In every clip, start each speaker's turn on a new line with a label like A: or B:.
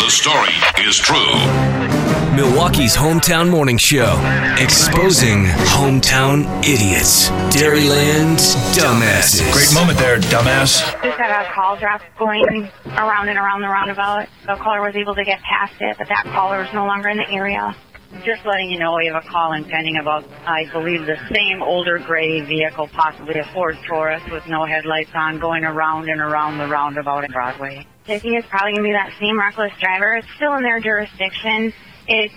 A: the story is true.
B: Milwaukee's Hometown Morning Show. Exposing hometown idiots. Dairyland's dumbasses.
C: Great moment there, dumbass.
D: just had a call drop going around and around the roundabout. The caller was able to get past it, but that caller is no longer in the area.
E: Just letting you know we have a call impending about, I believe, the same older gray vehicle, possibly a Ford Taurus with no headlights on, going around and around the roundabout in Broadway.
D: I think it's probably going to be that same reckless driver. It's still in their jurisdiction. It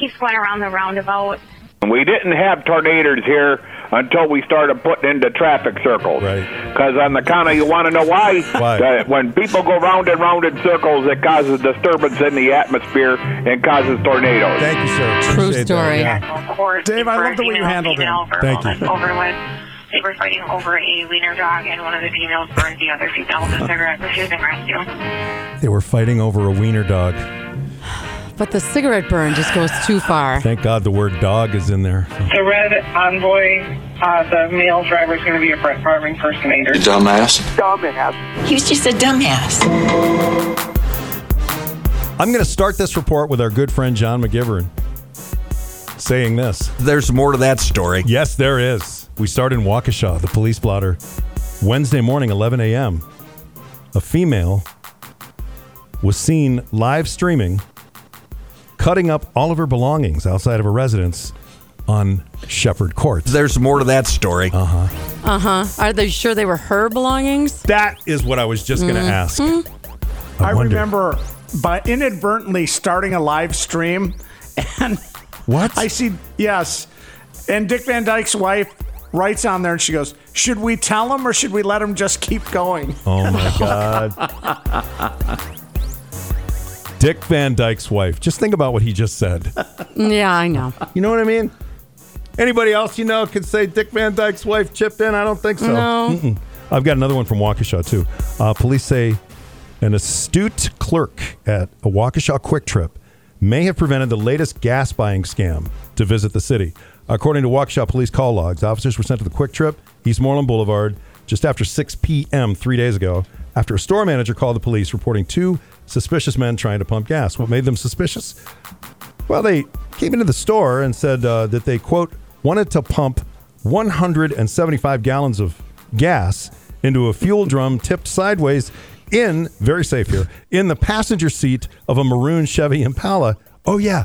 D: keeps going around the roundabout.
F: We didn't have tornadoes here until we started putting into traffic circles.
C: Right.
F: Because on the counter, you want to know why?
C: Why?
F: That when people go round and round in circles, it causes disturbance in the atmosphere and causes tornadoes.
C: Thank you, sir.
G: True
C: Appreciate that.
G: story.
C: Yeah.
D: Of course,
C: Dave, I
D: for
C: love the way you
D: female
C: handled him.
D: female for
C: Thank you.
D: Over with. They were fighting over a wiener dog, and one of the females burned the other female with a cigarette, which is in rescue.
C: They were fighting over a wiener dog.
G: But the cigarette burn just goes too far.
C: Thank God the word dog is in there.
H: The red envoy, uh, the male driver is going to be a Brett Favre impersonator.
I: He was just a dumbass.
C: I'm going to start this report with our good friend John McGivern saying this.
J: There's more to that story.
C: Yes, there is. We start in Waukesha, the police blotter. Wednesday morning, 11 a.m., a female was seen live streaming, cutting up all of her belongings outside of her residence on Shepherd Court.
J: There's more to that story.
C: Uh-huh.
G: Are they sure they were her belongings?
C: That is what I was just going to ask.
K: Mm-hmm. I
C: wonder.
K: remember by inadvertently starting a live stream, and
C: What?
K: I see yes, and Dick Van Dyke's wife writes on there, and she goes, "Should we tell him or should we let him just keep going?"
C: Oh my God. Dick Van Dyke's wife. Just think about what he just said.
G: Yeah, I know.
C: You know what I mean? Anybody else you know could say Dick Van Dyke's wife chipped in? I don't think so.
G: No.
C: Mm-mm. I've got another one from Waukesha, too. Uh, police say an astute clerk at a Waukesha Quick Trip may have prevented the latest gas buying scam to visit the city. According to Waukesha police call logs, officers were sent to the Quick Trip, Eastmoreland Boulevard, just after 6 p.m. three days ago, after a store manager called the police reporting two suspicious men trying to pump gas. What made them suspicious? Well, they came into the store and said uh, that they, quote, wanted to pump 175 gallons of gas into a fuel drum tipped sideways in, very safe here, in the passenger seat of a maroon Chevy Impala. Oh, yeah.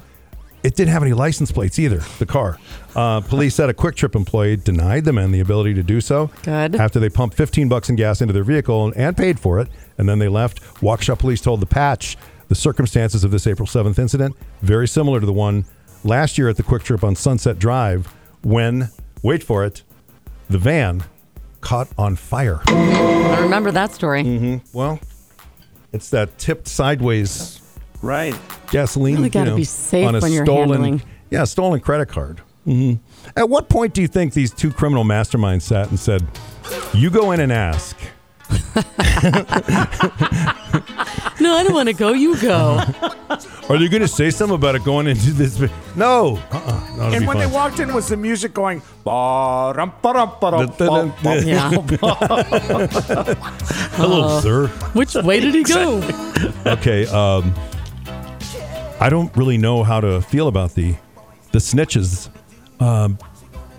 C: It didn't have any license plates either, the car. Uh, police said a Quick Trip employee denied the men the ability to do so.
G: Good.
C: After they pumped 15 bucks in gas into their vehicle and, and paid for it, and then they left, Waukesha police told the patch the circumstances of this April 7th incident very similar to the one last year at the Quick Trip on Sunset Drive when, wait for it, the van caught on fire.
G: I remember that story.
C: Mm-hmm. Well, it's that tipped sideways
K: Right.
C: gasoline.
G: Really gotta
C: you know,
G: be safe
C: on a
G: when you're
C: stolen,
G: handling.
C: Yeah, stolen credit card. Mhm. At what point do you think these two criminal masterminds sat and said, "You go in and ask"?
G: No, I don't want to go. You go.
C: Are they going to say something about it going into this? No. Uh-uh. No, it'll
K: And
C: be fine.
K: when they walked in, was the music going? "Ba-dum, ba-dum, ba-dum,
C: Da-da-dum.
K: ba-dum."
G: Yeah.
K: Uh-huh.
C: hello, sir.
G: Which way did he go?
C: Okay. Um, I don't really know how to feel about the the snitches. Um,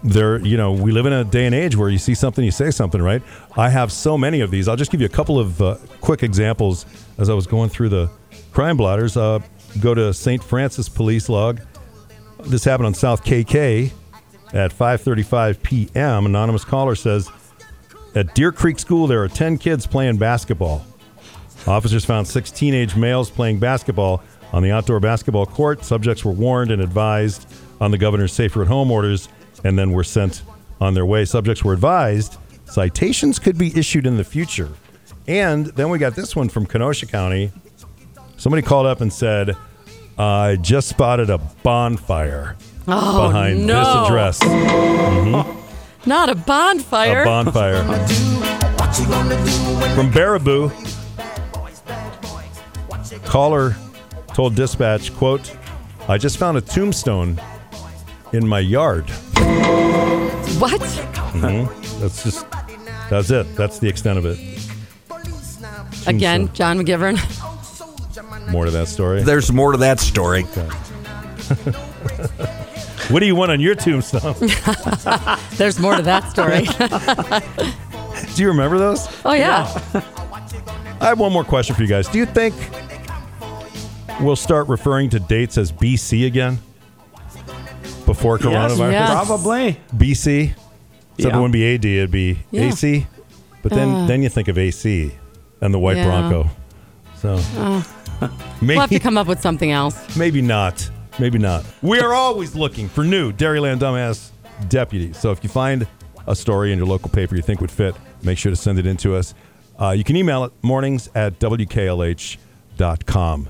C: they're you know we live in a day and age where you see something you say something right. I have so many of these. I'll just give you a couple of uh, quick examples as I was going through the crime blotters. Uh, go to St. Francis Police log. This happened on South KK at 5:35 p.m. Anonymous caller says at Deer Creek School there are 10 kids playing basketball. Officers found six teenage males playing basketball on the outdoor basketball court. Subjects were warned and advised on the governor's safer at home orders and then were sent on their way. Subjects were advised citations could be issued in the future. And then we got this one from Kenosha County. Somebody called up and said, I just spotted a bonfire behind
G: Oh, no.
C: this address.
G: Not a bonfire.
C: A bonfire. From Baraboo, caller told dispatch, quote, I just found a tombstone in my yard.
G: what?
C: That's just, that's it. That's the extent of it.
G: Again, John McGivern.
C: More to that story.
J: There's more to that story.
C: What do you want on your tombstone?
G: There's more to that story.
C: do you remember those?
G: oh yeah.
C: I have one more question for you guys. Do you think we'll start referring to dates as BC again before
K: Yes,
C: coronavirus?
G: Yes.
K: Probably.
C: BC. So
K: Yeah.
C: it wouldn't be AD, it'd be
G: Yeah. Uh.
C: AC. But then, then you think of AC and the white
G: Yeah.
C: Bronco. So
G: We'll have
C: maybe,
G: to come up with something else.
C: maybe not. Maybe not. We are always looking for new Dairyland Dumbass deputies. So if you find a story in your local paper you think would fit, make sure to send it in to us. Uh, you can email it mornings at wklh.com.